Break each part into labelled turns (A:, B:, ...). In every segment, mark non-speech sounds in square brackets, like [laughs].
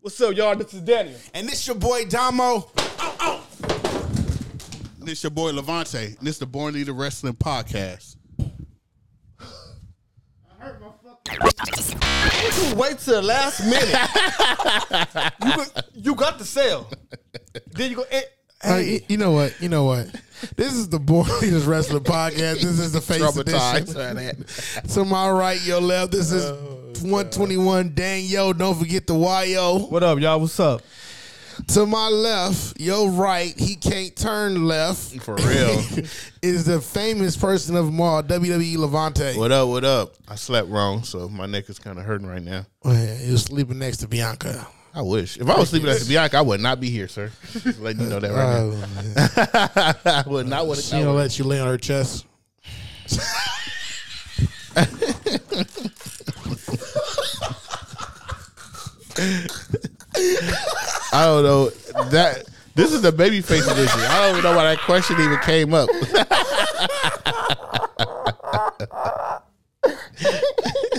A: What's up, y'all? This is Daniel.
B: And this your boy Damo. oh.
C: And it's your boy Levante. And it's the Born Leader Wrestling Podcast.
A: You wait till the last [laughs] minute. you, go- you got the sale. Then you go. eh,
D: Uh, y- you know what? You know what? This is the Boy Leaders Wrestling Podcast. This is the face edition. [laughs] to my right, your left. This is
B: Oh,
D: 121 Daniel. Don't forget the YO.
A: What up, y'all? What's up?
D: To my left, your right. He can't turn left.
B: [laughs] For real.
D: [laughs] is the famous person of them all, WWE Levante.
B: what up, what up? I slept wrong, so my neck is kind of hurting right now.
D: Man, you're sleeping next to Bianca.
B: I wish. If I was sleeping [laughs] at the Bianca, I would not be here, sir. Just letting you know that right
D: Oh, man.
B: now. [laughs] I would not want
D: she don't
B: to.
D: let you lay on her chest.
B: I don't know. That this is the baby face edition. I don't even know why that question even came up. [laughs]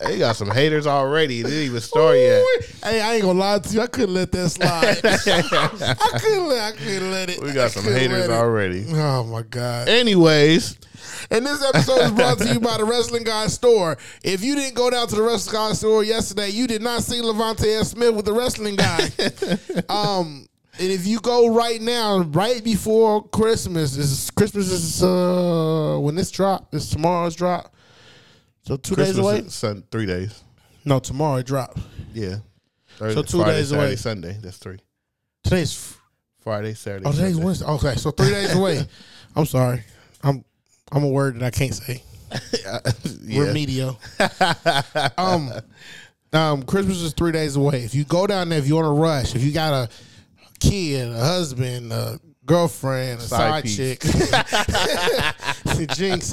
B: they got some haters already. It didn't even start yet.
D: Hey, I ain't gonna lie to you. I couldn't let that slide. I couldn't. Let, I couldn't let it.
B: [laughs] We got
D: I
B: some
D: couldn't
B: haters
D: let it.
B: already.
D: Oh my god!
B: Anyways,
D: And this episode is brought to you by the Wrestling Guy Store. If you didn't go down to the Wrestling Guy Store yesterday, you did not see Levante S. Smith with the Wrestling
B: [laughs]
D: Guy. um, and if you go right now, right before Christmas, is Christmas is uh when this drop is tomorrow's drop. So two days away.
B: Christmas is sun, three days.
D: No, tomorrow it drop.
B: Yeah. Thursday,
D: So two
B: Friday,
D: days
B: Saturday,
D: away.
B: Sunday. That's three.
D: Today's
B: Friday, Saturday.
D: Oh, today's
B: Sunday.
D: Wednesday. Okay, so three days
B: [laughs]
D: away. I'm sorry. I'm I'm a word that I can't say.
B: Yeah.
D: Remedial. [laughs] um, um, Christmas is three days away. If you go down there, if you're in a rush, if you got a kid, a husband, a girlfriend, a
B: Side
D: side,
B: piece.
D: chick, [laughs] jinx,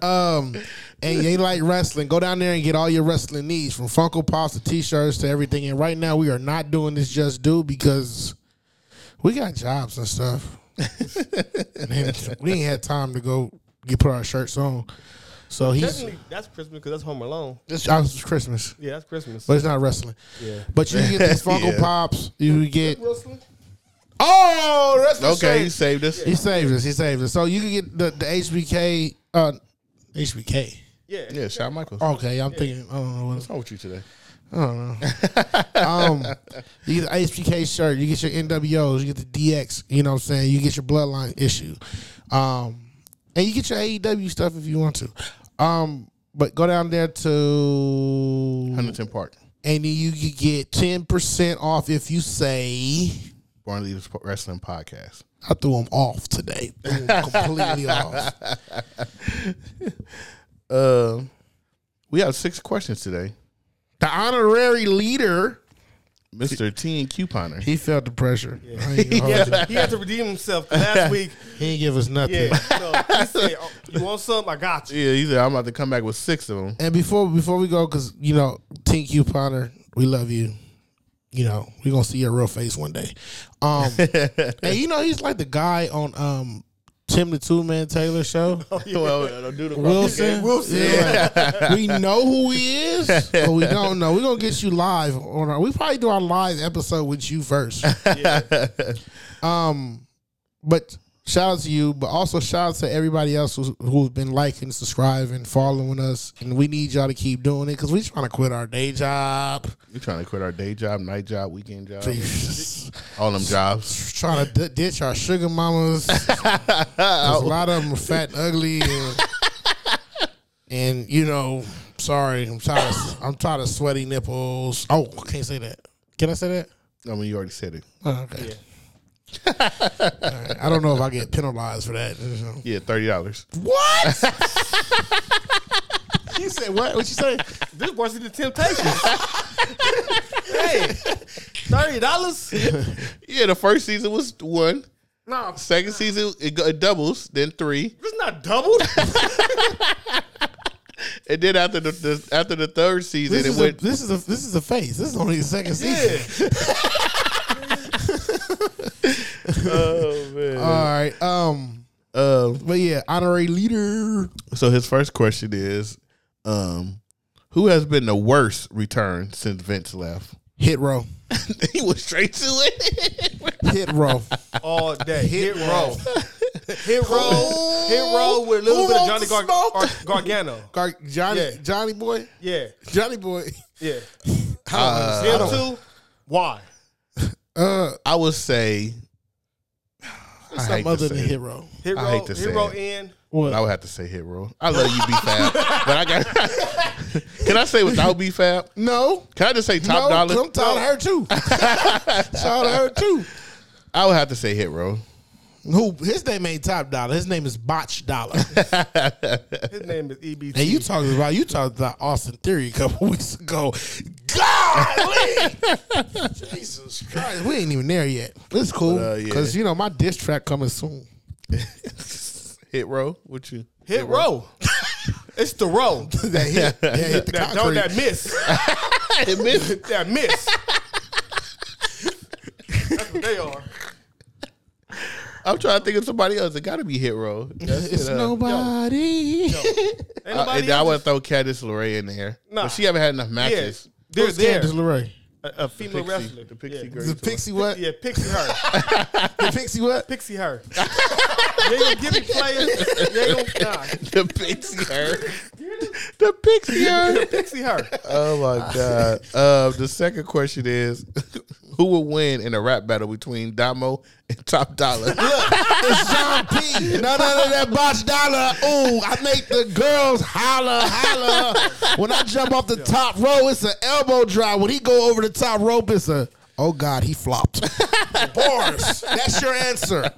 D: [laughs] um, and they like wrestling, go down there and get all your wrestling needs from Funko Pops to T-shirts to everything. And right now, we are not doing this just do because we got jobs and
B: [laughs]
D: stuff. and then we ain't had time to go get put our shirts on. So he's
A: Technically, that's Christmas because that's Home Alone.
D: it's I was Christmas,
A: Yeah, that's Christmas.
D: but it's not wrestling.
A: Yeah.
D: But you get these Funko
B: Yeah.
D: Pops. You get
A: Wrestling?
D: oh, that's what
B: Okay, you
D: saved-
B: saved us.
D: He saved us. He saved us. So you can get the, the HBK. Uh, HBK.
A: Yeah.
B: Yeah, Shawn Michaels.
D: Okay, I'm thinking. I don't know. What,
B: What's wrong with you today?
D: I don't know. um, you get the HBK shirt. You get your NWOs. You get the DX. You know what I'm saying. You get your Bloodline issue, um, and you get your AEW stuff if you want to. Um, but go down there to
B: Huntington Park.
D: and then you could get ten percent off if you say
B: Born Leaders Po- Wrestling Podcast.
D: I threw them off [laughs] today, Threw 'em completely off.
B: Um, we have six questions today.
D: The honorary leader,
B: Mr. T and Couponer.
D: he felt the pressure. I ain't gonna hold [laughs]
A: He
D: you.
A: had, to, he had to redeem himself 'cause last week.
D: He didn't give us nothing.
A: Yeah. So he said, oh, "You want something? I got you."
B: Yeah, he said, I'm about to come back with six of [laughs] them.
D: And before before we go, because you know, Tink you Potter, we love you. You know, we're gonna see your real face one day. [laughs] Um and you know he's like the guy on um Tim the Two Man Taylor show.
B: Oh, well, do the
D: Wilson. Wilson. we know who he is, but we don't know. We're gonna get you live on our we probably do our live episode with you first. Um but shout out to you, but also shout out to everybody else who's, who's been liking, subscribing, following us. And we need y'all to keep doing it because we trying to quit our day job.
B: We're trying to quit our day job, night job, weekend job,
D: Just
B: all them jobs.
D: trying to d- ditch our sugar mamas. 'Cause a lot of them are fat, and ugly, and, and you know, sorry, I'm tired. Of, I'm tired of sweaty nipples. Oh, I can't say that. Can I say that?
B: I mean, you already said it.
D: Oh, okay. All right. I don't know if I get penalized for that.
B: Yeah, $30.
D: What? [laughs] you said what? What you say?
A: This was the temptation. [laughs] hey, thirty dollars.
B: Yeah, the first season was one.
A: No, it's
B: Second season, it, go- it doubles, then three.
A: not doubled.
B: And then after the, the after the third season,
D: This
B: it
D: is, a,
B: went.
D: this is a this is a face. This is only the second season.
A: [laughs] Yeah.
B: oh, man.
D: All right. Um.
B: Um,
D: But yeah, honorary leader.
B: So his first question is, um, Who has been the worst return since Vince left?
D: Hit row.
B: [laughs] he was straight to it. [laughs]
D: Hit row.
A: all day. Hit roll. Hit roll. Hit roll with a little
D: Who
A: bit of
D: wrote
A: Johnny
D: the
A: Gar-
D: smoke?
A: Gar- Gargano.
D: Gar- Johnny
A: Yeah.
D: Johnny boy.
A: Yeah.
D: [laughs] Johnny boy.
A: Yeah.
B: Uh,
A: Him too? Why?
D: Uh
B: I would say. [sighs] I hate
D: some
B: to
D: other
B: say
D: than
B: it,
D: hit row.
A: Hit roll,
B: I hate to
A: hit
B: say
A: roll
B: it.
A: in.
B: but
D: What?
B: I would have to say Hit Roll. I love you, B
D: [laughs]
B: Fab, but I got. [laughs] Can I say without B Fab?
D: no.
B: Can I just say top
D: no,
B: dollar?
D: I'm tired of
B: [laughs]
D: her too. tired of her too.
B: I would have to say Hit
D: [laughs]
B: Roll.
D: Who his name ain't top dollar. His name is Botch Dollar.
A: His name is E EBT.
D: And you talking about you talked about Austin Theory a couple [laughs] weeks ago.
B: [laughs]
D: Golly, Jesus Christ, we ain't even there yet. It's cool
B: But, uh, yeah.
D: because you know my diss track coming soon.
B: Hit Roll. What you?
A: hit roll. it's the roll.
D: that
B: [laughs]
D: hit, that hit the
A: That don't
D: concrete.
A: that miss.
B: It missed.
A: that miss. That's what they are.
B: I'm trying to think of somebody else. It got to be Hit Roll. That's
D: it's
B: it, uh,
D: nobody.
A: Ain't
B: Uh,
A: nobody
B: and I
A: else?
B: want to throw Candice LeRae in there.
A: Nah.
B: But she haven't had enough
A: Yeah,
B: matches. [laughs]
A: they're there.
D: Candice LeRae.
A: A, a female
B: Pixie-
A: wrestler.
B: the Pixie
A: yeah.
B: girl.
D: The
B: [laughs]
D: pixie what?
A: Yeah, pixie her.
D: The pixie what?
A: pixie her. you ain't gonna give me players. You ain't gonna, nah.
B: The pixie her.
D: [laughs]
B: the pixie
A: [laughs]
B: her.
A: Pixie her.
B: Oh my god. Uh, the second question is, [laughs] who will win in a rap battle between Damo and Top Dollar?
D: It's John P. No, no, no, that Botch Dollar. Ooh, I make the girls holler, holler. When I jump off the top row, it's an elbow drop. When he go over the top rope, it's a oh god, he flopped. Bars. That's your answer.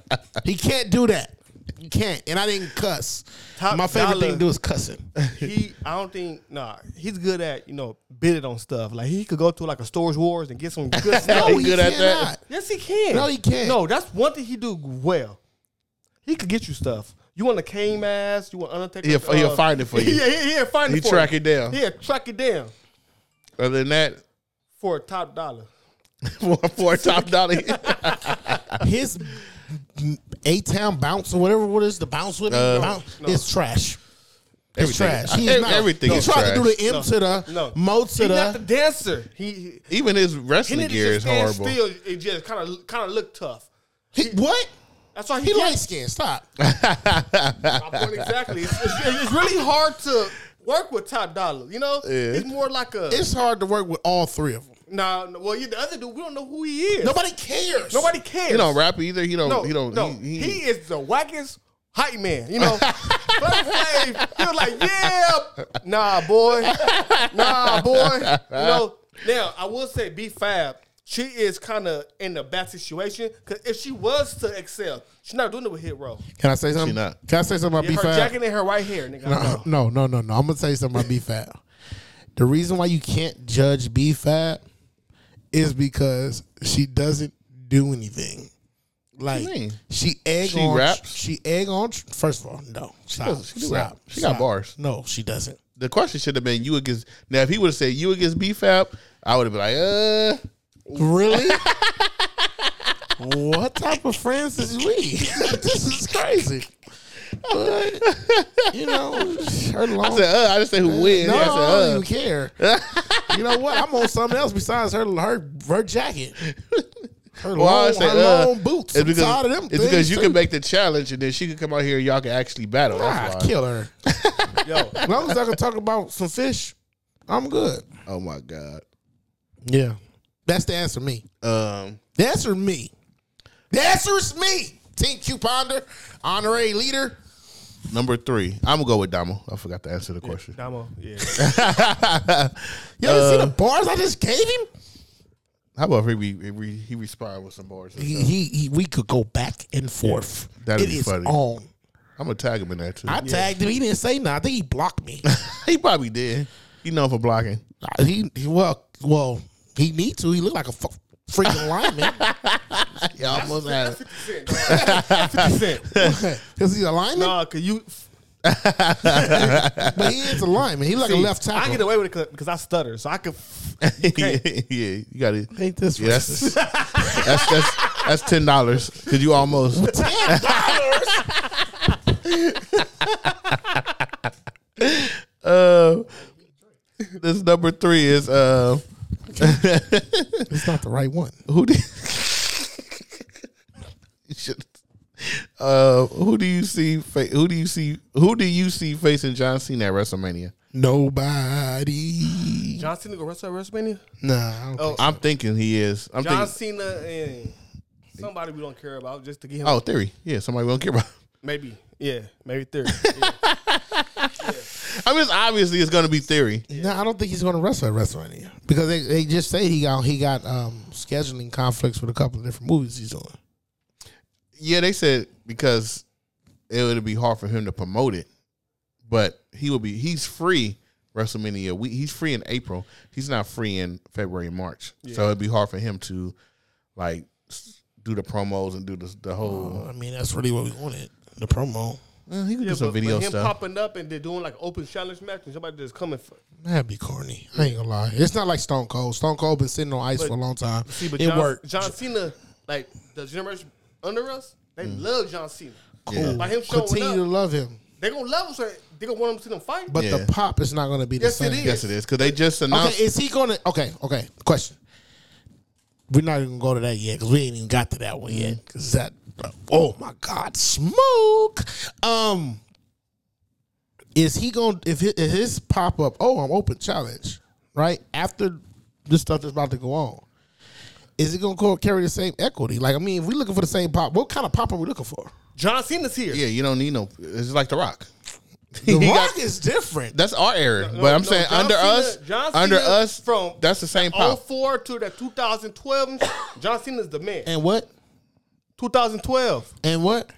D: He can't do that. He can't. And I didn't cuss.
A: Top
D: My favorite
A: dollar.
D: thing to do is cussing.
A: he I don't think nah he's good at you know bidding on stuff like he could go to like a storage wars and get some
B: [laughs]
A: good stuff.
B: He good at that?
D: cannot.
A: yes, he can.
D: No, he can't.
A: No, that's one thing he do well. He could get you stuff. You want a cane mask? You want Undertaker?
B: He'll- he'll find it for you.
A: [laughs] Yeah, he, he'll find it.
B: He
A: for
B: track
A: you.
B: it down.
A: He'll track it down
B: Other than that, [laughs]
A: for a top dollar.
B: for, for Top Dollar,
D: His A Town bounce or whatever what is the bounce with him bounce, is trash. It's
B: Uh, Everything-
D: trash.
B: [laughs] ev-
D: He's not,
B: everything
D: he
B: is
D: tried to do
B: trash.
D: the M to the
A: No,
D: Mo to
A: He's not the
D: the
A: dancer. He he,
B: even his
A: he
B: wrestling
A: needed
B: gear
A: to
B: is
A: stand
B: horrible.
A: still. It just kind of kind of looked tough.
D: He- what?
A: That's why he,
D: He
A: can't-
D: light skinned. Stop.
A: My point exactly. It's, it's, it's really hard to work with top dollar. You know,
B: Yeah.
A: he's more like a
D: It's hard to work with all three of them.
A: nah. no, Well, you the other dude, we don't know who he is. Nobody,
D: Nobody cares.
A: cares.
B: He don't rap either. He don't.
A: No,
B: he don't.
A: No,
B: He,
A: he,
B: he-
A: is the wackest hype man.
B: [laughs]
A: You know, Flavor Flav, he was like, yeah, nah, boy, nah, boy. You know. Now I will say, B Fab. She is kind of in a bad situation because if she was to excel, she's not doing it with Hit Row.
D: Can I say something?
B: She not.
D: Can I say something about
A: Her
D: B Fab?
A: jacket and her right hair, nigga. I know.
D: [laughs] No, no, no, no. I'm gonna tell you something about B Fab. The reason why you can't judge B Fab is because she doesn't do anything. Like
B: you mean?
D: she egg
B: She
D: on
B: raps?
D: she egg on first of all, no. Stop.
B: doesn't. She do
D: stop,
B: rap. She got
D: stop.
B: bars.
D: No, she doesn't.
B: the question should have been you against. Now, if he would have said you against BFAP, I would have been like, uh,
D: Really? [laughs] what type of friends is we? [laughs] this is crazy. But, you know, her long.
B: I said, uh, I didn't say who wins.
D: no,
B: I
D: I don't even
B: said, uh.
D: care. you know what? I'm on something else besides her her her jacket. Her
B: Well, I
D: long,
B: said,
D: her
B: uh,
D: long boots. I'm tired of them
B: it's because you
D: things,
B: can
D: too.
B: make the challenge and then she can come out here and y'all can actually battle. That's
D: [laughs] Ah,
B: why. [laughs]
D: kill her.
A: Yo,
D: As long as I can talk about some fish, I'm good.
B: Oh my god.
D: Yeah, that's the answer. Me.
B: Um,
D: The answer me. The answer is me. Team Q Ponder, honorary leader.
B: number three, I'm gonna go with Damo. I forgot to answer the question.
A: Damo, yeah.
D: Yo, you see the bars I just gave him?
B: How about if he, re- re- he respond with some bars? and
D: He,
B: stuff?
D: he, he we could go back and forth.
B: that'd
D: It
B: be
D: is
B: funny.
D: on.
B: I'm gonna tag him in there too.
D: I tagged him. He didn't say nothing. I think he blocked [laughs] me.
B: [laughs] he probably did. He known for
D: [laughs]
B: blocking.
D: Uh, he, he- well well he need to. He looked like a fu-
A: [laughs]
D: freaking lineman [laughs]
B: Yeah, I almost had it.
A: Fifty Cent.
B: [laughs]
D: because he's a lineman,
A: Nah, cause you.
D: but he is a lineman. He look like a left
A: I
D: tackle.
A: get away with it because I stutter, so I could.
B: [laughs] yeah, yeah, you got it.
D: Ain't this
B: Yeah,
D: [laughs]
B: that's, that's that's that's ten dollars because you
D: [laughs]
B: almost. [laughs]
D: Damn, dollars.
B: Uh, this number three is uh,
D: It's not the right one.
B: who [laughs] do you should uh who do you see fa- who do you see who do you see facing John Cena at WrestleMania?
D: Nobody.
A: John Cena go wrestle at WrestleMania.
D: Nah. I don't
A: Oh,
B: I'm thinking he is. I'm
A: John
B: thinking
A: Cena and somebody we don't care about just to get him.
B: oh theory. Yeah, somebody we don't care about. [laughs]
A: Maybe. Yeah. Maybe
D: [laughs]
A: theory.
B: I mean, it's obviously it's gonna be theory.
D: No, I don't think he's going to wrestle at WrestleMania because they, they just say he got he got um, scheduling conflicts with a couple of different movies he's on.
B: Yeah, they said because it would be hard for him to promote it, but he will be. He's free WrestleMania. We, he's free in April. He's not free in February and March. So it'd be hard for him to like s- do the promos and do the, the whole.
D: I mean, that's really what we wanted the promo.
B: Eh, he could
A: yeah,
B: do some
A: but,
B: video
A: but him
B: stuff.
A: popping up and they're doing like open challenge match and somebody just coming. For,
D: That'd be corny. I ain't gonna lie. It's not like Stone Cold. Stone Cold been sitting on ice for a long time.
A: see, but
D: it
A: John,
D: worked.
A: John Cena, like the generation under us, they love John Cena.
D: Cool.
A: By him showing
D: Mm. Continue
A: up,
D: to love him,
A: they gonna love him. So they gonna want him to see them fight.
D: but
B: Yeah.
D: the pop is not going to be the
A: Yes, it
D: same.
A: is.
B: yes, it is because they just announced.
D: Okay, is he going to? Okay, okay. Question. We're not even gonna go to that yet because we ain't even got to that one
B: Mm.
D: yet. Because that, oh my God, smoke. Um, is he going? to If his, if his pop up, oh, I'm open challenge, right after this stuff that's about to go on, is it gonna co- carry the same equity? Like, I mean, if we looking for the same pop, what kind of pop are we
B: [laughs]
D: looking for?
A: John Cena's here.
B: yeah, you don't need no. It's just like The Rock.
D: The
B: He got-
D: Rock is different.
B: that's our era,
A: No,
B: but I'm
A: no,
B: saying
A: John
B: under
A: Cena-
B: us,
A: John
B: under
A: Cena
B: us,
A: from
B: that's the same pop.
A: 04 to that 2012, John Cena's the man.
D: And what?
A: 2012.
D: And what?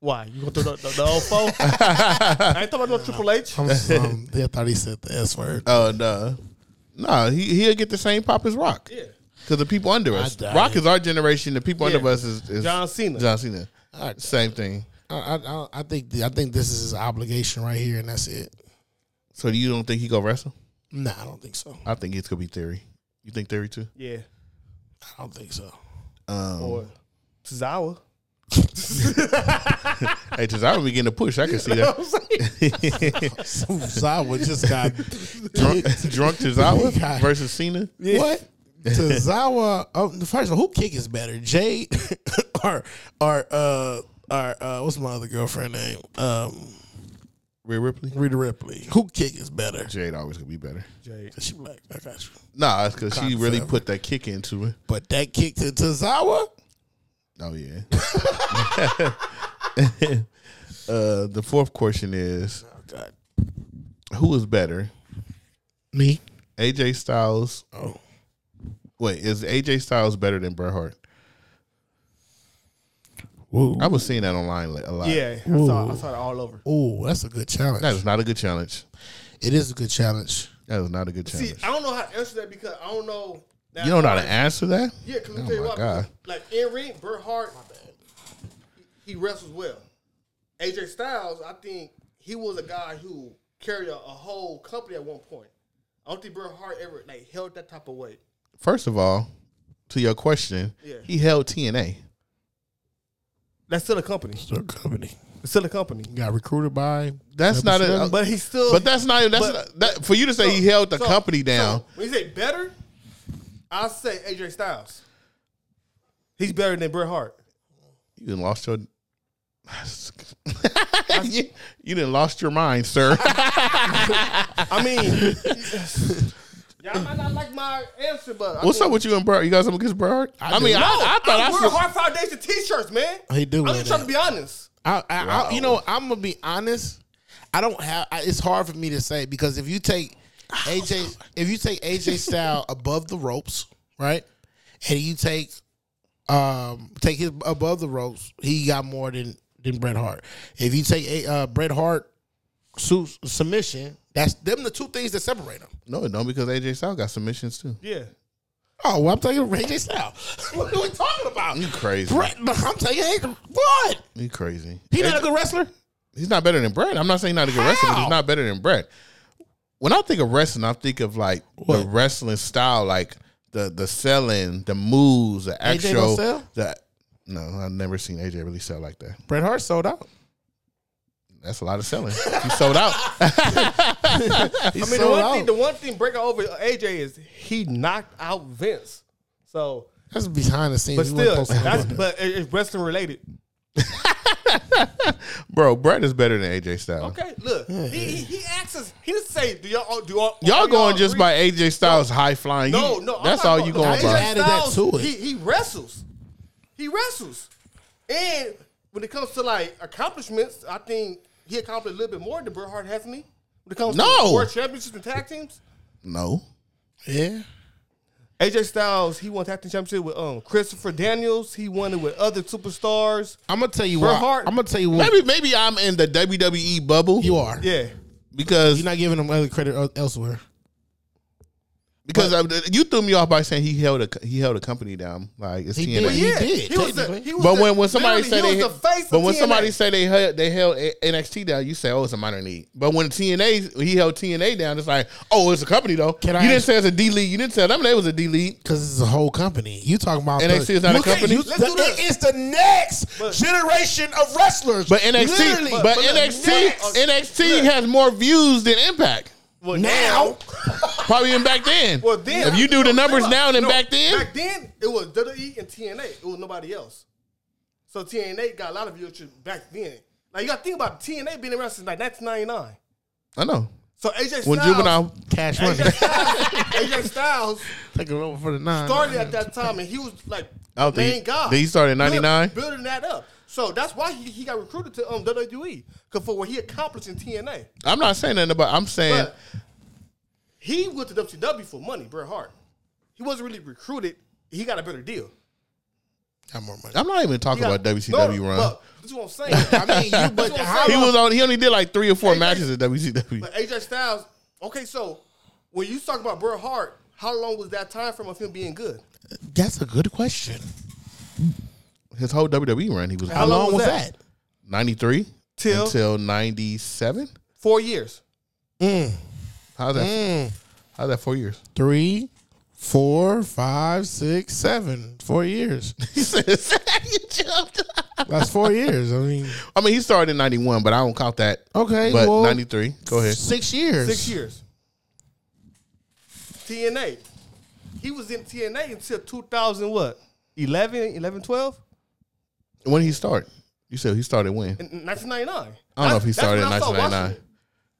A: Why? You gonna throw the, the, the
B: [laughs]
A: 04? I ain't talking about no Triple H.
D: I'm, um, I thought he said the S word.
B: Uh, no, no, he he'll get the same pop as Rock.
A: Yeah.
B: To the people under us,
D: doubt
B: Rock
D: it.
B: is our generation. The people
A: Yeah.
B: under us is, is
A: John Cena.
B: John Cena.
D: I doubt
B: Same thing.
D: I, I- I, I think the, I think this is his obligation right here, and that's it.
B: So you don't think he go wrestle?
D: Nah, I don't think so.
B: I think it's gonna be Theory. You think Theory
D: [laughs]
B: too?
A: Yeah.
D: I don't think so. [laughs]
B: Um,
A: Or Tozawa.
B: hey, because I would be getting a push. I
A: [laughs]
B: can see that. [laughs]
D: Zawa just got
B: Drunk, drunk
D: [laughs]
B: Tozawa
D: God.
B: versus Cena.
D: what? To Zawa, oh, first of all, who kick is better, Jade [laughs] or or uh or uh what's my other girlfriend name? Um,
B: Rhea Ripley.
D: Rita Ripley. Who kick is better?
B: Jade always gonna be better.
A: Jade.
D: She black. I got you.
B: Nah, that's because she
D: Cock
B: really
D: forever.
B: put that kick into it.
D: But that kick to Tozawa,
B: Oh
A: [laughs]
B: yeah. [laughs] uh, the fourth question is
D: oh God,
B: who is better,
D: me.
B: AJ Styles
D: Oh,
B: Wait, is AJ Styles better than Bret Hart?
D: whoa,
B: I was seeing that online like, a lot.
A: Yeah, I saw, I saw it all over.
D: oh, that's a good challenge.
B: that is not a good challenge.
D: It is a good challenge.
B: That is not a good
A: See,
B: challenge.
A: I don't know how to answer that because I don't know. That
B: you don't know how
A: part.
B: to answer that.
A: Yeah, because
B: Oh
A: let me tell you
B: my
A: why.
B: God.
A: Like in ring, Bret Hart, he wrestles well. AJ Styles, I think he was a guy who carried a, a whole company at one point. I don't think Bret Hart ever like held that type of weight.
B: First of all, to your question,
A: Yeah.
B: he held TNA.
A: That's still a company.
D: Still company.
A: It's still a company.
D: Got recruited by.
B: That's not a.
D: WCW?
A: But he's still.
B: Uh, but that's not. That's
A: but-
B: not, that for you to say he held the
A: so-
B: company
A: so,
B: down.
A: when you say better, I say AJ Styles. He's better than Bret Hart.
B: you didn't lost
D: [laughs]
B: your. [laughs] you, you didn't lost your mind,
D: [laughs]
B: sir.
A: I mean,
B: [laughs]
A: y'all might not like my answer, but I
B: What's
A: mean,
B: up with you and Bret? You guys up against Bret Hart? I, mean, I, I thought I,
A: I'm
B: saw-
A: wearing Heart Foundation T-shirts, man.
D: uh, He do
A: I'm
D: wear
A: just
D: that.
A: trying to be honest.
D: I, I, I, you know, I'm gonna be honest. I don't have. I, it's hard for me to say because if you [sighs] take AJ, if you take AJ Style [laughs] above the ropes, right, and you take, um, take his above the ropes, he got more than than Bret Hart. If you take a uh, Bret Hart su- submission, that's them the two things that separate them.
B: no, it don't because AJ Styles got submissions too.
A: Yeah.
D: Oh, well, I'm taking AJ Style. [laughs] what are we talking about?
B: You crazy?
D: Bret, I'm taking AJ. What?
B: You crazy?
D: He not a good wrestler.
B: He's not better than Brett. I'm not saying he's not a good wrestler, but
D: How?
B: he's not better than Brett. When I think of wrestling, I think of like the
D: What?
B: wrestling style, like the the selling, the moves, the
D: AJ
B: actual.
D: don't sell?
B: The, no, I've never seen AJ really sell like that.
D: Bret Hart sold out.
B: That's a lot of selling. He
A: [laughs]
B: sold out.
A: I mean, the one, thing, the one thing breaking over AJ is he knocked out Vince. So,
D: That's behind the scenes.
A: but
D: You weren't
A: still,
D: supposed to
A: that's,
D: know that.
A: but it- it's wrestling related.
B: Bro, Brett is better than AJ Styles.
A: Okay, look, he, he, he asks us. He didn't say, "Do y'all do y'all,
B: Y'all
A: all
B: going just
A: agree?"
B: by AJ Styles high flying. You-
A: Oh, No, no, I'm
B: That's
A: not
B: all you going
A: AJ
D: just
B: by.
D: added that
A: Styles,
D: to it.
A: He, he wrestles, he wrestles, and when it comes to like accomplishments, I think he accomplished a little bit more than Bret Hart, hasn't he? When it comes
B: No.
A: to world championships and tag teams,
B: No.
D: yeah.
A: AJ Styles he won tag team championship with um Christopher Daniels. He won it with other superstars.
D: I'm gonna tell you
A: Bret
D: why.
A: Hart-
D: I'm gonna tell you why.
B: Maybe maybe I'm in the WWE bubble.
D: You are.
A: Yeah,
B: because
D: You're not giving them other credit el- elsewhere.
B: because I, you threw me off by saying he held a he held a company down like it's
D: He
B: TNA.
D: did. He
A: yeah,
D: did,
A: was the,
D: technically.
A: he was
B: But
A: the-
B: when, when somebody say
A: literally,
B: they
A: he was the face
B: but
A: of
B: when
A: TNA.
B: somebody say they held, they held A- NXT down, you say oh it's a minor league. But when TNA he held TNA down, it's like oh it's a company though.
D: Can
B: you
D: I
B: didn't
D: ask-
B: say it's a D league. You didn't tell them they was a D league.
D: Because it's a whole company. You talking about
B: NXT is not a
D: Look at
B: company?
D: you-
A: Let's
D: the-
A: do this.
D: It's the next
A: But-
D: generation of wrestlers.
B: But NXT,
D: Literally.
B: but,
A: but look,
B: NXT,
A: next.
B: NXT
A: Look.
B: has more views than Impact.
A: Well,
D: now,
B: Probably even back then.
A: Well, then
B: if you do the numbers
A: No,
B: now than
A: no,
B: back then,
A: back then it was WWE and TNA. It was nobody else. So TNA got a lot of viewership back then. Now you got to think about TNA being around since like 1999.
B: I know
A: So AJ Styles,
B: when
A: [laughs]
B: Juvenile
D: cash money.
A: AJ Styles, AJ Styles
D: Take it over for the nine.
A: started at that time, and he was like
B: Oh, did he-
A: main guy.
B: did he start in
A: Build-
B: 99?
A: building that up. So that's why he, he got recruited to um, WWE because for what he accomplished in TNA.
B: I'm not saying nothing about. I'm saying
A: But he went to WCW for money, Bret Hart. He wasn't really recruited. He got a better deal.
D: Got more money.
B: I'm not even talking
A: Yeah.
B: about WCW
A: No,
B: run.
A: but This is what I'm saying. I mean,
B: [laughs]
D: you- but
A: That's what I'm
D: how-
A: saying.
B: he was on. He only did like three or four
A: Hey,
B: matches at WCW.
A: but AJ Styles. Okay, so when you talk about Bret Hart, how long was that time frame of him being good?
D: That's a good question.
B: His whole WWE run, he was
A: How long was that?
B: 93
A: Till?
B: until 97.
A: Four years.
B: How's that?
A: Mm.
B: How's that? Four years. [laughs]
D: Three, four, five, six, seven. Four years. [laughs]
B: He says you jumped.
D: That's four years. I mean,
B: I mean, he started in 91, but I don't count that.
D: okay.
B: but
D: well,
B: 93. Go ahead.
D: Six years.
A: Six years. TNA. He was in TNA until 2000 what? 11, 11, 12?
B: When did he start? You said he started when?
A: In 1999.
B: I don't know if he
A: That's- that's
B: started in
A: when I started
B: 1999.
A: watching it.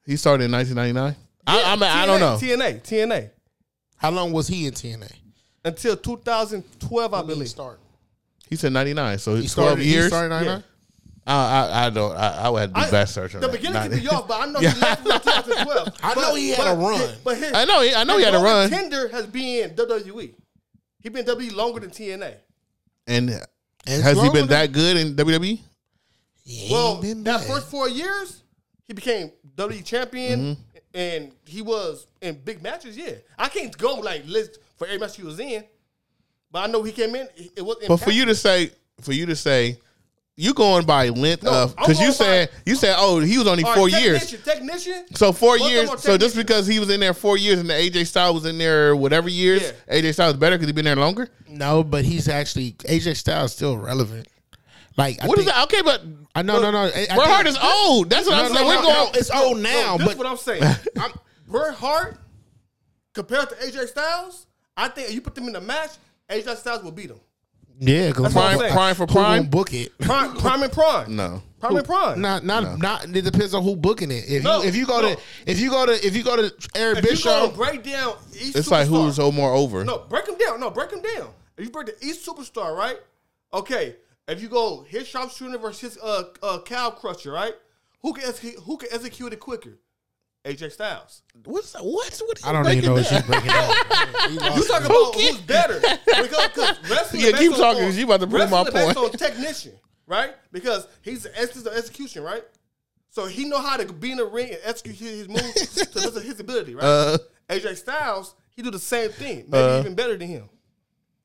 B: He started in 1999. I, I, mean, I don't
A: TNA,
B: know.
A: TNA, TNA.
D: How long was he in TNA?
A: Until 2012, I believe.
D: start.
B: He said 99, so
D: He
B: 12
D: started.
B: years.
D: He started 99?
B: I, I, I don't. I, I would have to do
A: I-
B: fast search on
A: The
B: that.
A: beginning
B: Not-
A: could be off, but I know he left in
B: [laughs]
A: 2012.
D: I
A: But-
D: know he had a
A: but-
D: run.
A: But his,
B: I know. He, I know he had a run.
A: Tinder has been WWE. He been WWE longer than TNA.
B: And
D: And
B: has he
D: longer
B: been
D: than-
B: that good in E? WWE?
D: He ain't
A: Well,
D: been
A: that
D: bad.
A: first four years, he became WWE champion,
B: Mm-hmm.
A: and he was in big matches. Yeah, I can't go like list for every match he was in, but I know he came in. It was
B: But for you to say, for you to say, you going by length of
A: I'm
B: because you
A: going
B: said you said oh he was only
A: All right,
B: four
A: technician,
B: years.
A: Technician.
B: So four
A: Both of
B: years.
A: them are
B: So
A: technicians.
B: just because he was in there four years and the AJ Styles was in there whatever years,
A: Yeah.
B: AJ Styles better because he been there longer.
D: No, but he's actually AJ Styles is still relevant. Like I
B: What is
D: think-
B: that? Okay, but
D: I know, no, no. I, I think-
B: Bret Hart is old. That's what
D: No,
B: I'm
D: no,
B: saying.
D: no,
B: We're
D: no,
B: going.
D: It's old
A: No,
D: now,
A: this
D: but
A: is what I'm
B: [laughs]
A: saying. I'm, Bret Hart compared to AJ Styles, I think you put them in a match, AJ Styles will beat him.
D: yeah, because
A: what I'm
B: Prime,
A: saying.
B: prime for prime.
D: book it.
A: Prime, prime and prime.
B: No.
A: prime and prime.
D: Not, not, not. It depends on who booking it. If
A: No,
D: you, if you go
A: no.
D: to, if you go to, if you go to Eric
A: if you go
D: Bischoff,
A: and break down each
B: It's like
A: superstar-
B: who's more over.
A: No, break them down. No, break them down. If you break the East Superstar, right? Okay. If you go his sharpshooter versus his uh, uh, cow crusher, right? Who can execute, who can execute it quicker? AJ Styles.
B: What's what's what?
D: I don't even know what she's breaking
A: You
D: up.
A: talking about who's better? Because 'cause
B: [laughs]
A: wrestling
B: Yeah,
A: is based
B: keep
A: on-
B: talking,
A: on-
B: 'cause you about to prove my
A: wrestling is
B: point.
A: Based on technician, right? Because he's the essence of execution, right? So he know how to be in the ring and execute his
B: [laughs]
A: moves to the best of his ability, right?
B: Uh-huh.
A: AJ Styles, he do the same thing, maybe
B: Uh.
A: even better than him.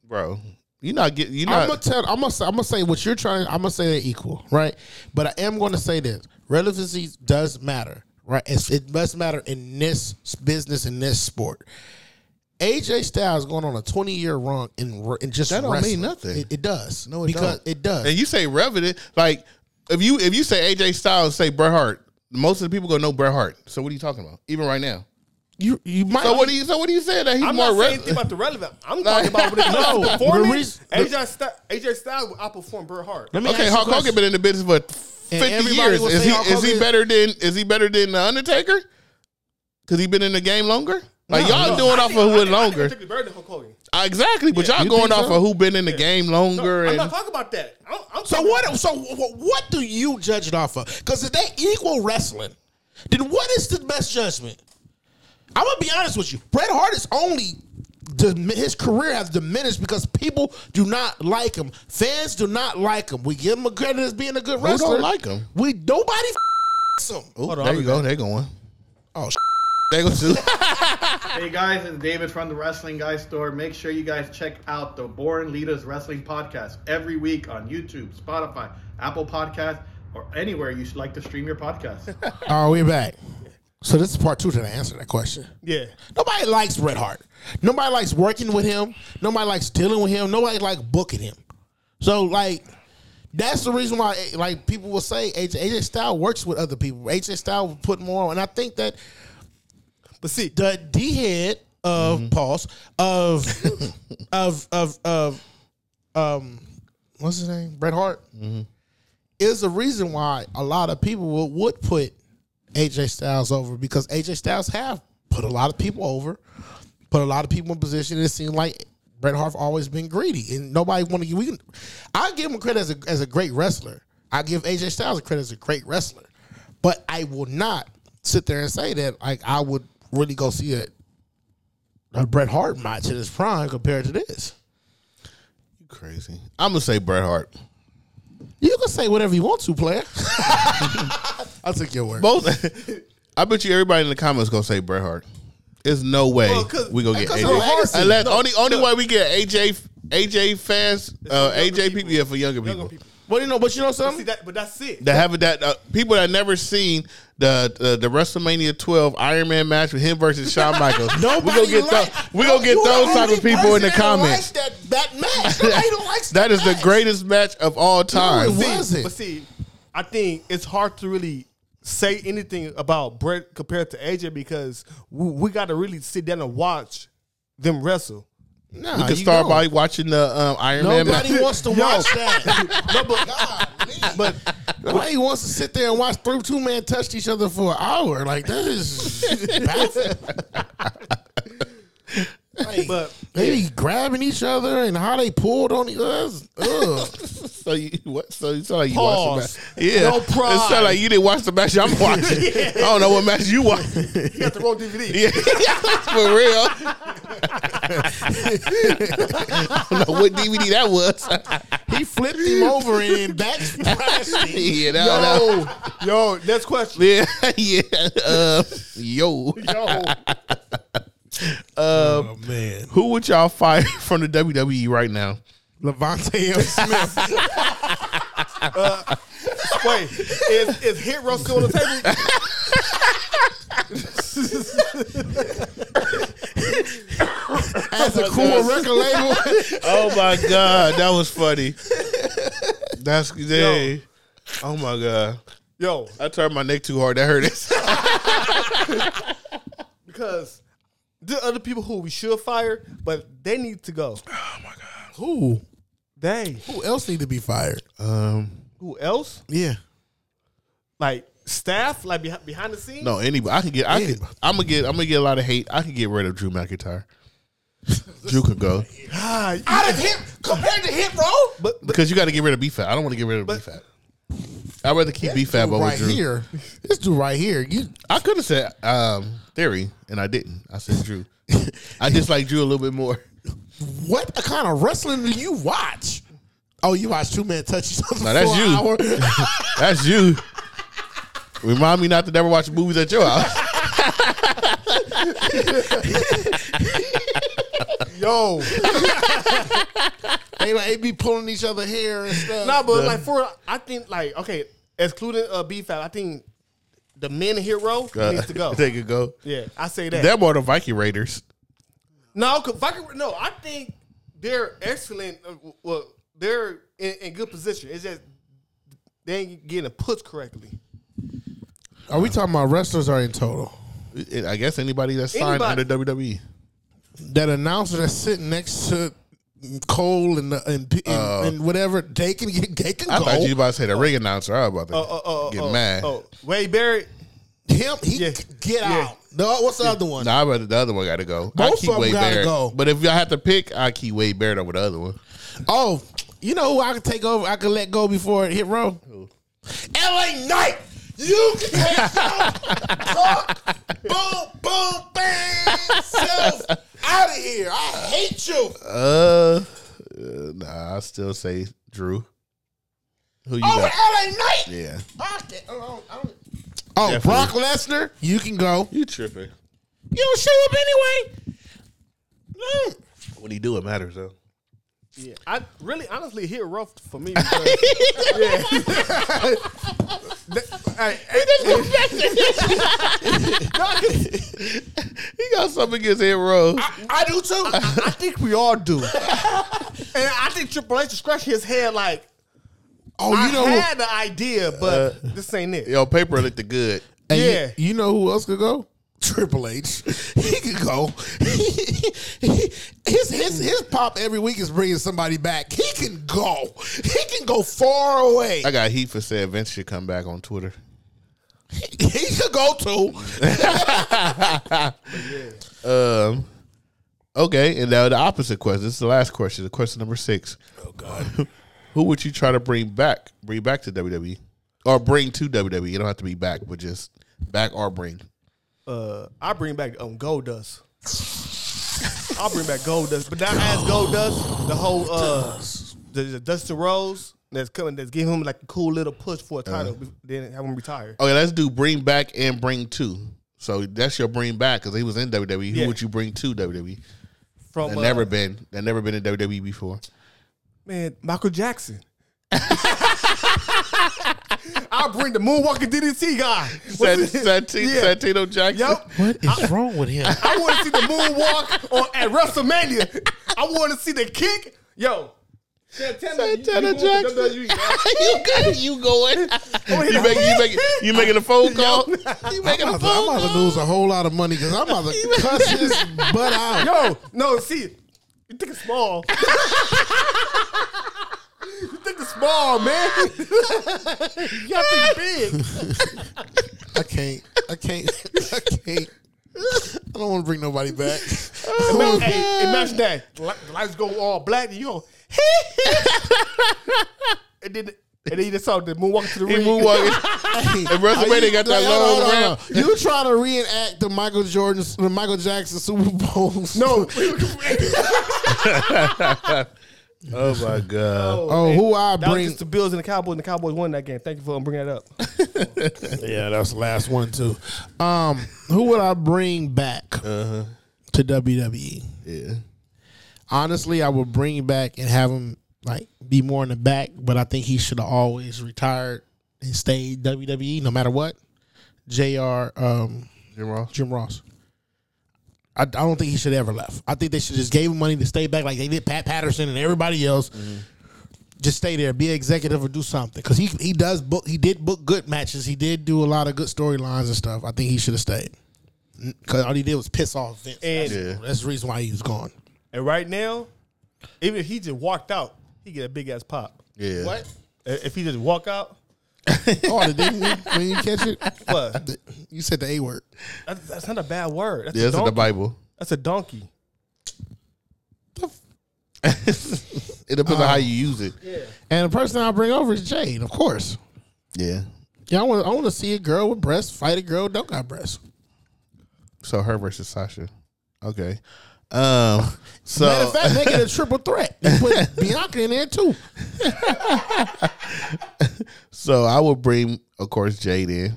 B: bro. You're not getting. You're not.
D: I'm gonna tell. I'm gonna. I'm gonna say what you're trying. I'm gonna say they're equal, right? But I am gonna say this: relevancy does matter, right? It's, it must matter in this business in this sport. AJ Styles going on a 20 year run in, re- in just
B: That don't mean
D: wrestling.
B: nothing.
D: It, it does.
B: No, it
D: because
B: don't.
D: it does.
B: and you say revenant, like if you if you say AJ Styles, say Bret Hart, most of the people gonna know Bret Hart. So what are you talking about? Even right now.
D: You you might.
B: So what do you? So what do you saying that he's
A: I'm not
B: more
A: saying
B: relevant?
A: anything about the
B: [laughs]
A: relevant. I'm talking about when it comes to performance. AJ, Styles, AJ Styles will outperform Bret Hart.
D: Let me ask
B: Okay,
D: you a
B: Hulk Hogan
D: question.
B: been in the business for fifty
D: everybody
B: years.
D: will
B: Is
D: say
B: he
D: Hulk
B: is he
D: Hogan-
B: better than is he better than the Undertaker? Because he been in the game longer. Like
D: No,
B: y'all
D: no.
B: doing
A: I
B: off
A: think-
B: of
A: I
B: who
A: think- I think
B: longer?
A: Triple H better than Hulk Hogan.
B: Uh, Exactly, but y'all
D: You
B: going
D: think
B: off
D: so?
B: of who been in the game
A: No,
B: longer.
A: I'm
B: and
A: not talking about that. I'm, I'm
D: So
A: talking-
D: what? So wh- what do you judge it off of? Because if they equal wrestling, then what is the best judgment? I'm gonna be honest with you. Bret Hart is only dim- his career has diminished because people do not like him. Fans do not like him. We give him a credit as being a good
B: don't
D: wrestler.
B: like him?
D: We nobody f- him.
B: Ooh, there you go. They going.
D: Oh, sh-
B: They
D: [laughs]
B: go.
E: Hey guys, it's David from the Wrestling Guy Store. Make sure you guys check out the Born Leaders Wrestling Podcast every week on YouTube, Spotify, Apple Podcast, or anywhere you should like to stream your podcast.
D: all right, we're back. So this is part two to the answer to that question.
A: Yeah.
D: Nobody likes Bret Hart. Nobody likes working with him. Nobody likes dealing with him. Nobody likes booking him. So like, that's the reason why eh, like people will say AJ, AJ Style works with other people. AJ Style will put more on, and I think that
A: But see, Mm-hmm.
D: the D head of Pulse
A: [laughs]
D: of of of of um what's his name Bret Hart is the reason why a lot of people would, would put AJ Styles over because AJ Styles have put a lot of people over, put a lot of people in position. And it seemed like Bret Hart always been greedy and nobody want to. We can, I give him credit as a as a great wrestler. I give AJ Styles credit as a great wrestler, but I will not sit there and say that like I would really go see a, a Bret Hart match in his prime compared to this.
B: Crazy. I'm gonna say Bret Hart.
D: You can say whatever you want to, player. [laughs] I took your word.
B: Both. [laughs] I bet you everybody in the comments gonna say Bret Hart. There's no way
A: Well, 'cause-
B: we gonna get
D: because of the
B: AJ.
D: legacy.
B: Unless only only way we get AJ AJ fans uh,
A: for younger
B: AJ
A: people.
B: people yeah for younger,
A: younger
B: people,
A: people.
D: Well, you know, but you know something.
A: See that, but that's it.
B: that haven't that uh, people that never seen the, the the WrestleMania 12 Iron Man match with him versus
D: [laughs]
B: Shawn Michaels. we gonna get
D: like- Oh,
B: tho- we gonna get
D: You
B: those
D: the
B: type
D: only
B: of people in
D: person
B: the
D: that
B: comments.
D: likes that that
B: [laughs]
D: match. Nobody don't likes
B: that is the
D: match.
B: greatest match of all time.
D: it was it?
A: But see, I think it's hard to really say anything about Brett compared to AJ because we, we got to really sit down and watch them wrestle.
D: Nah,
B: you can
D: you
B: start
D: don't.
B: by watching the um, Iron Man match.
D: Nobody wants to watch
B: [laughs]
D: that.
A: No, but
D: but nobody wants to sit there and watch three two men touch each other for an hour. Like that
B: [laughs]
D: is baffling. Like,
A: But-
D: they be grabbing each other and how they pulled on each other. Ugh.
B: [laughs] So you what? So you sound like you
A: Pause.
B: watched the match. Yeah,
A: No pride.
B: It sound like you didn't watch the match I'm watching. I don't know what match you watch.
A: you got the wrong DVD.
B: yeah, [laughs] for real. [laughs] I don't know what DVD that was.
D: he flipped him over and
B: [laughs]
D: that's
B: yeah, that, that-
A: Yo, yo, next question.
B: yeah, yeah. Uh, yo,
A: Yo,
D: Oh man,
B: who would y'all fire [laughs] from the WWE right now?
D: Levante
B: [laughs]
D: M. Smith.
A: wait, is, is Hit Row still on the table?
D: That's a cool record label.
B: Oh my god, that was funny. That's yeah. Oh my god,
A: Yo,
B: I turned my neck too hard. That hurt [laughs] it.
A: because there are other people who we should fire, but they need to go.
D: Who?
A: Dang,
D: Who else need to be fired? Uh,
B: Um,
A: who else?
D: Yeah.
A: Like staff, like behind, behind the scenes.
B: No, anybody. I can get. I can,
D: Anybody.
B: I'm gonna get. I'm gonna get a lot of hate. I can get rid of Drew McIntyre. Drew can go
A: Ah, you-
D: Out of hip compared to hip, bro.
A: but, but
B: because you got to get rid of BFAT. I don't want to get rid of BFAT. I'd rather keep BFAT over
D: right
B: Drew.
D: here, this dude right here. You
B: I could have said um, Theory, and I didn't. I said
D: [laughs]
B: Drew. I dislike Drew a little bit more. [laughs]
D: what kind of wrestling do you watch? Oh, you watch two men touch each other.
B: Now that's
D: for an
B: you. [laughs]
D: hour?
B: That's you. Remind me not to never watch movies at your
D: [laughs]
B: house.
A: yo,
D: they like they be pulling each other hair and stuff.
A: nah, but like for I think like okay, excluding uh, B Fab, I think the men hero
B: Uh,
A: needs to
B: [laughs]
A: go.
B: they could go.
A: Yeah, I say that.
B: They're more the Viking Raiders.
A: no, 'cause Viking, no, I think they're excellent. uh, Well, they're in, in good position. It's just they ain't getting a push correctly.
D: Are we talking about wrestlers or in total?
B: It- I guess anybody that's signed
A: Anybody.
B: under E. WWE.
D: That announcer that's sitting next to Cole and the, and, and, and whatever they can get they can
B: Uh, I
D: go. Uh,
B: thought you about to say the ring announcer. I was about to
A: Oh, oh, oh,
B: get
A: oh,
B: mad.
A: Oh, Wade Barrett.
D: Him he
A: Yeah.
D: c- get
A: Yeah.
D: out. No, what's the other one?
B: No, I bet the other one got to go. I
D: Both
B: keep
D: of 'em
B: Wade
D: gotta
B: Barrett.
D: go.
B: But if y'all have to pick, I keep Wade Barrett over the other one.
D: Oh, you know who I can take over? I can let go before it hit row. L.A. Knight. You can
B: [laughs]
D: talk. Boom, boom, bang. Self out of here. I hate you.
B: Uh, uh,
D: Ah,
B: nah, I still say Drew. Who you
D: Over
B: got?
D: L.A. Knight.
B: Yeah,
D: Fuck it. I don't- I don't- Oh,
B: Definitely.
D: Brock Lesnar, you can go.
B: you tripping?
D: You don't show up anyway. Mm.
B: When he do, it matters though.
A: Yeah, I really honestly hit rough for [laughs] me. Because, yeah. Hey, hey,
B: He got something against Ed Rose.
A: I do too. I, I think we all do. [laughs] and I think Triple H is scratching his head like,
D: Oh,
A: I
D: you know, who,
A: had the idea, but this ain't it.
B: Yo, paper looked the good.
D: and you-
A: yeah.
D: you, know who else could go? Triple H, [laughs] he could go. [laughs] his his his pop every week is bringing somebody back. He can go. He can go far away. [laughs]
B: I got heat for saying Vince should come back on Twitter.
D: He could go
A: [laughs]
D: too.
B: Um, okay, and now the opposite question. This is the last question. The question number six.
D: Oh God.
B: [laughs] Who would you try to bring back? Bring back to WWE, or bring to WWE? You don't have to be back, but just back or bring.
A: Uh, I bring back um, Gold Dust. I'll bring back Gold Dust, but not as Gold Dust. The whole uh, the, the Dusty Rose that's coming, that's giving him like a cool little push for a
B: Uh-huh.
A: title. be- Then have him retire.
B: Okay, let's do bring back and bring to. So that's your bring back because he was in WWE.
A: Yeah.
B: Who would you bring to WWE?
A: From
B: That
A: uh,
B: never been that never been in WWE before.
A: man, Michael Jackson. [laughs] I'll bring the Moonwalking DDT guy.
B: San,
A: What's his-
B: Santi-
A: Yeah.
B: Santino Jackson.
A: Yep.
D: What is wrong with him?
A: I want to see the moonwalk on at WrestleMania. I want to see the kick. Yo, Santana, you-
B: Santana
A: you going to E,
B: Jackson. [laughs]
A: WWE, man.
B: you good? You going?
A: hit
B: you
A: the-
B: making you making you making a phone call? You making
D: I'm
B: a
D: about, to, I'm
B: phone
D: about to
B: call?
D: lose a whole lot of money because I'm about [laughs] to cuss his butt out.
A: Yo, no, see, you think it's small. [laughs] you think it's small, man. [laughs] you gotta think big.
D: I can't. I can't. [laughs] I can't. I don't want to bring nobody back. [laughs] Oh,
A: Imagine, hey, imagine that. The li- the lights go all black and you go, [laughs] and then, and then you just saw the moonwalk to the
B: He
A: ring.
B: moonwalking. [laughs]
D: And
B: WrestleMania got that long ramp.
D: You trying to reenact the Michael Jordan, the Michael Jackson Super Bowls? [laughs]
A: No,
B: oh my god!
D: Oh, who I
A: that was
D: bring?
A: just the Bills and the Cowboys, and the Cowboys won that game. Thank you for um, bringing that up.
D: yeah, that was the last one too. Um, who would I bring back to WWE?
B: Yeah.
D: Honestly, I would bring him back and have him like be more in the back, but I think he should have always retired and stayed WWE no matter what. Jr. Um,
B: Jim Ross.
D: Jim Ross. I, I don't think he should ever left. I think they should just gave him money to stay back, like they did Pat Patterson and everybody else. Just stay there, be an executive, or do something. Because he he does book. He did book good matches. He did do a lot of good storylines and stuff. I think he should have stayed. Because all he did was piss off Vince.
A: And-
D: that's, that's the reason why he was gone.
A: And right now, even if he just walked out, he get a big ass pop.
B: Yeah.
D: What?
A: If if he just walk out,
D: Oh, didn't you, when you catch it,
A: what? [laughs]
D: The- you said the A word.
A: That's, that's not a bad word. That's
B: Yeah,
A: a
B: it's in
A: donkey.
B: the [laughs] Bible.
A: That's a donkey.
B: It depends on how you use it.
D: And the person I bring over is Jade, of course.
B: Yeah.
D: Yeah, I want I want to see a girl with breasts fight a girl who don't got breasts.
B: So her versus Sasha. Okay. Um. So
D: Matter of fact, make it a triple threat. And put Bianca in there too.
B: so I will bring, of course, Jade in,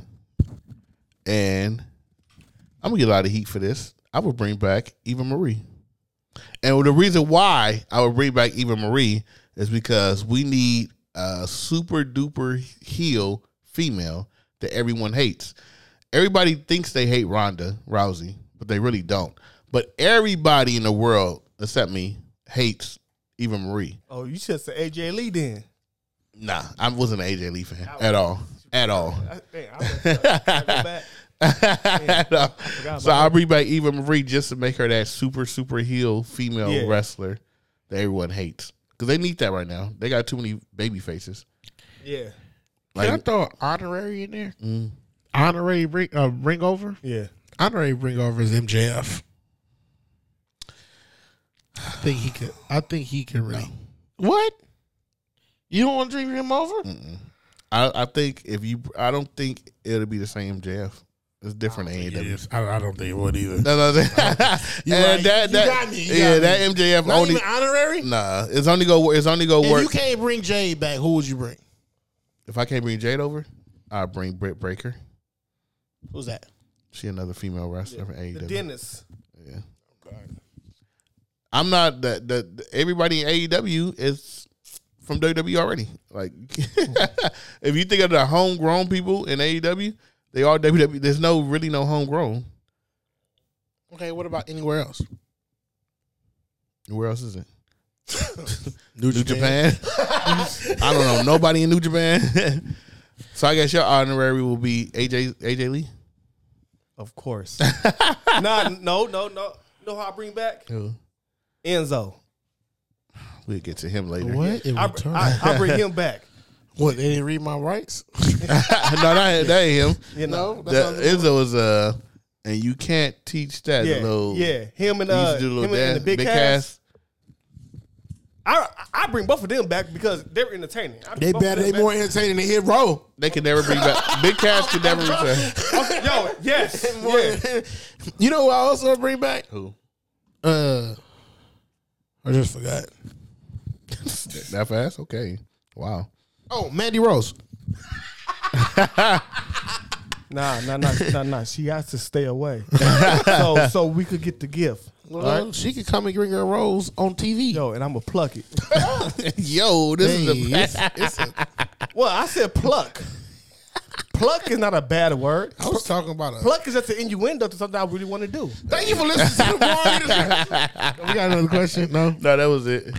B: and I'm gonna get a lot of heat for this. I would bring back Eva Marie, and the reason why I would bring back Eva Marie is because we need a super duper heel female that everyone hates. Everybody thinks they hate Ronda Rousey, but they really don't. But everybody in the world except me hates Eva Marie.
A: Oh, you should say AJ Lee then.
B: Nah, I wasn't an AJ Lee fan at all. at all.
A: I, man, I, was- I go back. [laughs]
B: [laughs] At all.
A: forgot
B: so
A: about
B: I'll bring back Eva Marie just to make her that super super heel female
A: Yeah.
B: wrestler that everyone hates because they need that right now. They got too many baby faces.
A: Yeah,
B: Like
D: Can I throw an honorary in there? Honorary ring, uh, ring over?
A: yeah.
D: Honorary ring over is MJF. I think he could. I think he can really. What? Mm, You don't want to dream him over?
B: I, I think if you, I don't think it'll be the same MJF. It's different than
D: It
B: AEW.
D: is. I, I don't think it would
B: No,
D: either. [laughs]
B: no, [laughs] that, and
D: Oh, right.
B: that, that-
D: You got me. You got
B: yeah,
D: me.
B: that MJF
D: Not
B: only,
D: even honorary.
B: nah, it's only go, it's only go
D: If
B: work.
D: you can't bring Jade back, who would you bring?
B: if I can't bring Jade over, I'll bring Britt Breaker.
D: Who's that?
B: She another female wrestler from
A: The
B: AEW.
A: dentist.
B: Yeah. I'm not that that everybody in AEW is from WWE already. Like [laughs] if you think of the homegrown people in AEW, they are WWE. E. There's no really no homegrown.
D: Okay, what about anywhere else?
B: Where else is it?
D: New,
B: New Japan. [laughs] I don't know nobody in New Japan. [laughs] so I guess your honorary will be AJ AJ Lee.
A: Of course. [laughs] nah, no, no, no. Know how I bring back Enzo.
B: We'll get to him later.
D: What? In
A: I,
D: return?
A: I, I bring him [laughs] back.
D: what? They didn't read my rights?
B: [laughs] no, that, that ain't him.
A: You know.
B: That, Izzo is uh, and you can't teach that
A: yeah,
B: little.
A: yeah. Him and
B: He
A: uh,
B: used to do a
A: him and,
B: little
A: and
B: dance,
A: the big,
B: big
A: cast.
B: cast.
A: I I bring both of them back because they're entertaining. I bring
D: They
A: both of
D: better.
A: them
D: They more entertaining than him, bro.
B: They could never bring back. Big Cass could never return.
A: back. Yo, [laughs] yes, yeah.
D: [laughs] you know who I also bring back?
B: Who?
D: Uh, I just forgot.
B: That fast? Okay. Wow.
D: Oh, Mandy Rose.
A: Nah, nah, nah, nah, nah. She has to stay [laughs] away, so so we could get the gift.
D: Well, She could come and bring her rose on TV.
A: Yo, and I'm gonna pluck it.
B: [laughs] Yo, this
D: Hey,
B: is the
D: it's-
B: best.
D: it's a-
A: Well, I said pluck. pluck is not a bad word.
D: I was talking about a.
A: Pluck is just an innuendo to something I really want to do.
D: Thank you for listening to the Born Leaders. [laughs] we got another question. No.
B: No, that was it.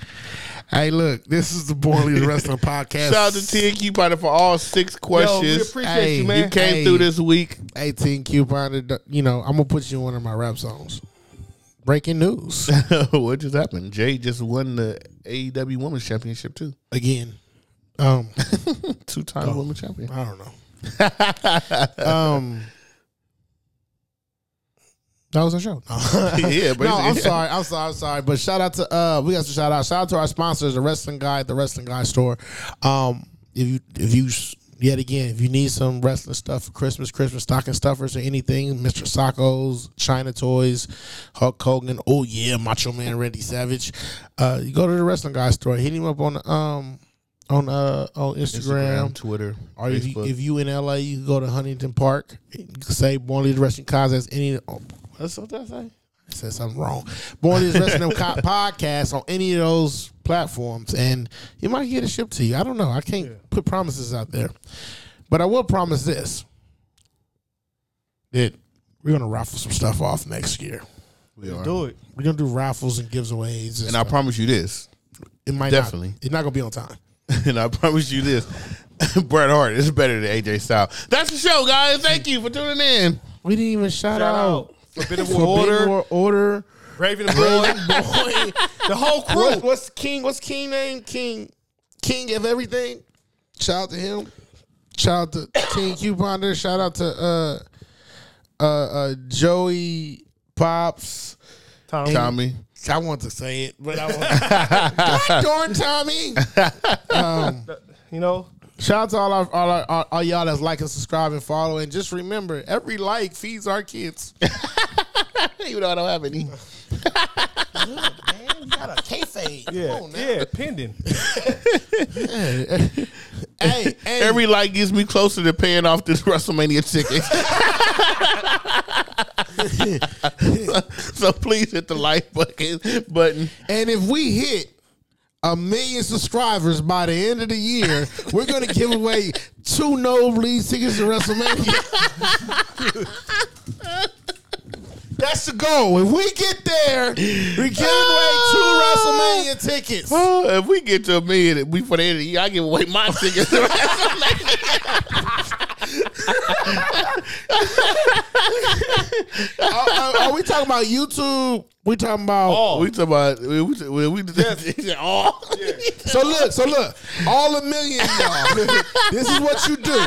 D: Hey, look, this is the Born Leaders [laughs] Wrestling Podcast.
B: Shout out to TNQ Potter for all six questions.
A: Yo, we appreciate
D: Hey,
A: you,
D: you
A: man.
B: You came
D: Hey.
B: through this week.
D: 18 coupon. You know, I'm gonna put you in one of my rap songs. Breaking news
B: [laughs] what just happened? Jay just won the AEW Women's Championship too.
D: [laughs] again. Um,
B: Two time Women's Champion.
D: I don't know. um, that was our show. No.
B: [laughs] Yeah, basically.
D: no, I'm sorry. I'm sorry. I'm sorry. But shout out to uh, we got some shout out. Shout out to our sponsors, the Wrestling Guide, the Wrestling Guide Store. Um, if you if you yet again, if you need some wrestling stuff for Christmas, Christmas stocking stuffers or anything, Mr. Sacco's, China Toys, Hulk Hogan, oh yeah, Macho Man Randy Savage. Uh, you go to the Wrestling Guide Store. Hit him up on um on uh on Instagram.
B: Instagram, Twitter,
D: Or if you,
B: Facebook.
D: if you in LA, you can go to Huntington Park. You can say Born Leader Wrestling Contest. Any oh, that's what that say. I said something wrong. Born
B: [laughs]
D: Leader Wrestling Co- podcast on any of those platforms, and you might get it shipped to you. I don't know. I can't put promises out there, but I will promise this: that we're gonna raffle some stuff off next year.
B: We are.
A: Do it.
D: We're gonna do raffles and giveaways, and,
B: And I promise you this. [laughs]
D: it might
B: definitely.
D: not, it's not gonna be on time.
B: And I promise you this, [laughs] Bret Hart is better than AJ Styles. That's the show, guys. Thank you for tuning in.
D: We didn't even shout,
A: Shout
D: out.
A: out. Forbidden
D: Forbidden
A: Order,
D: War Order.
A: Raven Boy,
D: Boy.
A: [laughs] the whole crew.
D: What, what's King? What's King name? King, King of everything. Shout out to him. Shout out to King Couponer. Shout out to uh, uh, uh, Joey Pops.
A: Tom.
B: Tommy.
D: I want to say it, but I want. God darn Tommy!
A: You know,
D: Shout out to all our, all, our, all, all y'all that's liking, subscribing, following. Just remember, every like feeds our kids.
B: You know I don't have any.
D: Man, we got a kayfabe.
A: yeah, yeah, pending.
D: Hey, hey,
B: Every like gets me closer to paying off this [laughs] WrestleMania ticket. so please hit the like button. button.
D: And if we hit a million subscribers by the end of the year, we're gonna give away two no bleed tickets to WrestleMania. That's the goal. If we get there, we give away two WrestleMania million tickets.
B: Oh, if we get to a million before the end of the year, I give away my tickets.
D: are, are- are we talking about YouTube? We talking about
B: we talk about we we, we [laughs] all.
D: [laughs] So look, so look, all a million y'all. [laughs] this is what you do.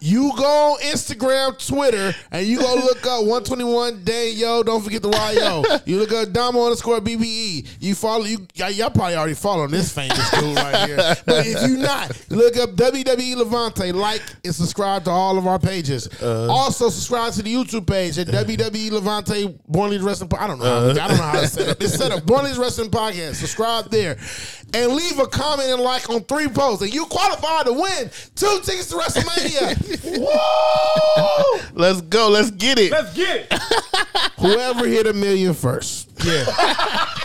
D: You go on Instagram, Twitter, and you go look up 121 Day Yo. Don't forget the YO. You look up Domo underscore BBE. You follow you y'all, y'all probably already following this famous dude right here. But if you not, look up WWE Levante. Like and subscribe to all of our pages.
B: Uh-huh.
D: also subscribe to the YouTube page at WWE Levante Born Leader Wrestling. Po- I don't know. how- I don't know how to set up. It's set up Born Leader Wrestling Podcast. Subscribe there, and leave a comment and like on three posts, and you qualify to win two tickets
B: [laughs]
D: to WrestleMania. Woo!
B: Let's go. Let's get it.
A: Let's get it.
D: Whoever hit a million first.
A: Yeah.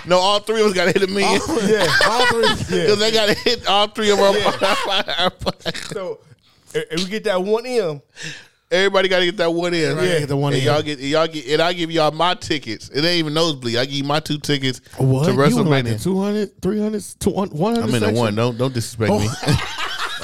B: No, all three of us got to hit a million
A: Yeah.
D: All three.
B: because they got to hit all three of our. [laughs]
A: So if if we get that one M,
B: Everybody got to get that one in.
D: gotta get the one
B: and
D: in.
B: Y'all get and y'all get and I give y'all my tickets. It ain't even nosebleed. I give you my two tickets to WrestleMania.
D: 200, 300, 100
B: I'm in the one. Don't don't disrespect me. [laughs]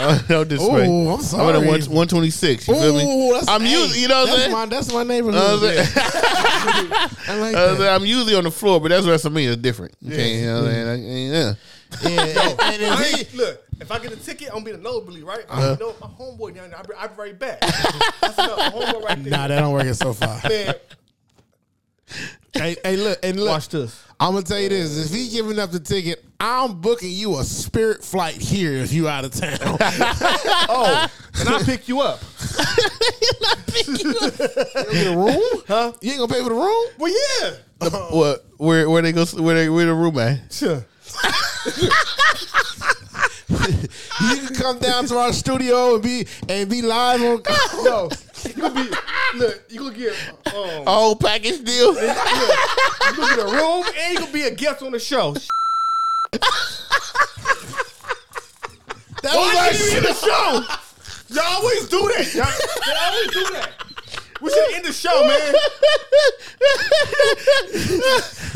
B: Uh, don't disrespect.
D: Oh. Ooh, I'm
B: I'm in
D: sorry.
B: the one one twenty six. You feel
D: Ooh,
B: me?
D: that's,
B: I'm
D: hey,
B: usually you know what I'm
D: that's
B: saying.
D: My, that's my neighborhood.
B: You know what I'm
D: yeah.
B: saying?
D: [laughs] I like
B: Uh,
D: that.
B: I'm usually on the floor, but that's WrestleMania is different. Okay, you know what I'm saying? Yeah.
D: Yeah. And then
A: I
D: he- Uh-huh.
A: ain't- look, if I get a ticket, I'm gonna be the nosebleed, right? I know my homeboy down there. I'll be, I'll be right back. That's enough. My homeboy right there.
D: Nah, that don't work it so far.
A: Man,
D: hey, hey, look, and look.
A: watch this.
D: I'm gonna tell you this: if he giving up the ticket, I'm booking you a Spirit flight here if you out of town.
A: Oh, [laughs] and I pick you up.
D: the room? Huh? You ain't gonna pay for the room?
A: Well, yeah.
D: [laughs]
B: What? Where? Where they go? Where they? Where the room at?
A: Sure.
D: You can come down to our studio and be and be live on.
A: No, you gonna be look. You gonna get um,
B: Whole package deal.
A: you gonna get a room, and you gonna be a guest on the show. [laughs]
D: That was
A: I
D: our
A: didn't even end the show. Y'all always do that. Y'all, y'all always do that. We should end the show, [laughs] man.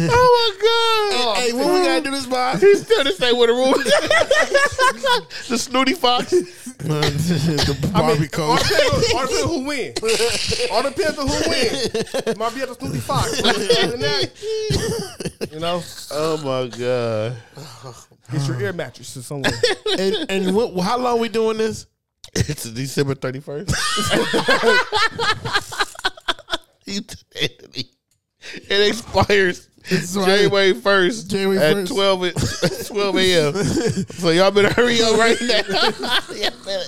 B: oh my god!
D: Hey, what we gotta do this by?
B: He's still the same with the room. [laughs] the snooty fox.
D: [laughs] the Barbie
A: All
D: code.
A: depends on all depends on who win. All depends on who win. Might be at the Snoopy Fox. But other than that, You know,
B: [laughs] Oh my god!
A: get your ear mattress or somewhere.
D: And, and what, how long we doing this?
B: It's December thirty [laughs] first. It expires
D: It's right.
B: January first
D: January
B: at
D: 1st.
B: 12, at 12
D: [laughs]
B: a.m. so y'all better hurry up right now.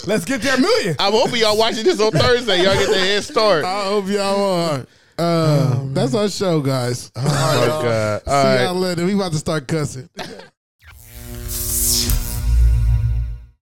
A: Let's get that million.
B: I'm hoping y'all watching this on Thursday. Y'all get the head start.
D: I hope y'all are. Uh, that's our show, guys. [laughs]
B: Oh my god! All
D: See
B: right.
D: y'all later. We about to start cussing.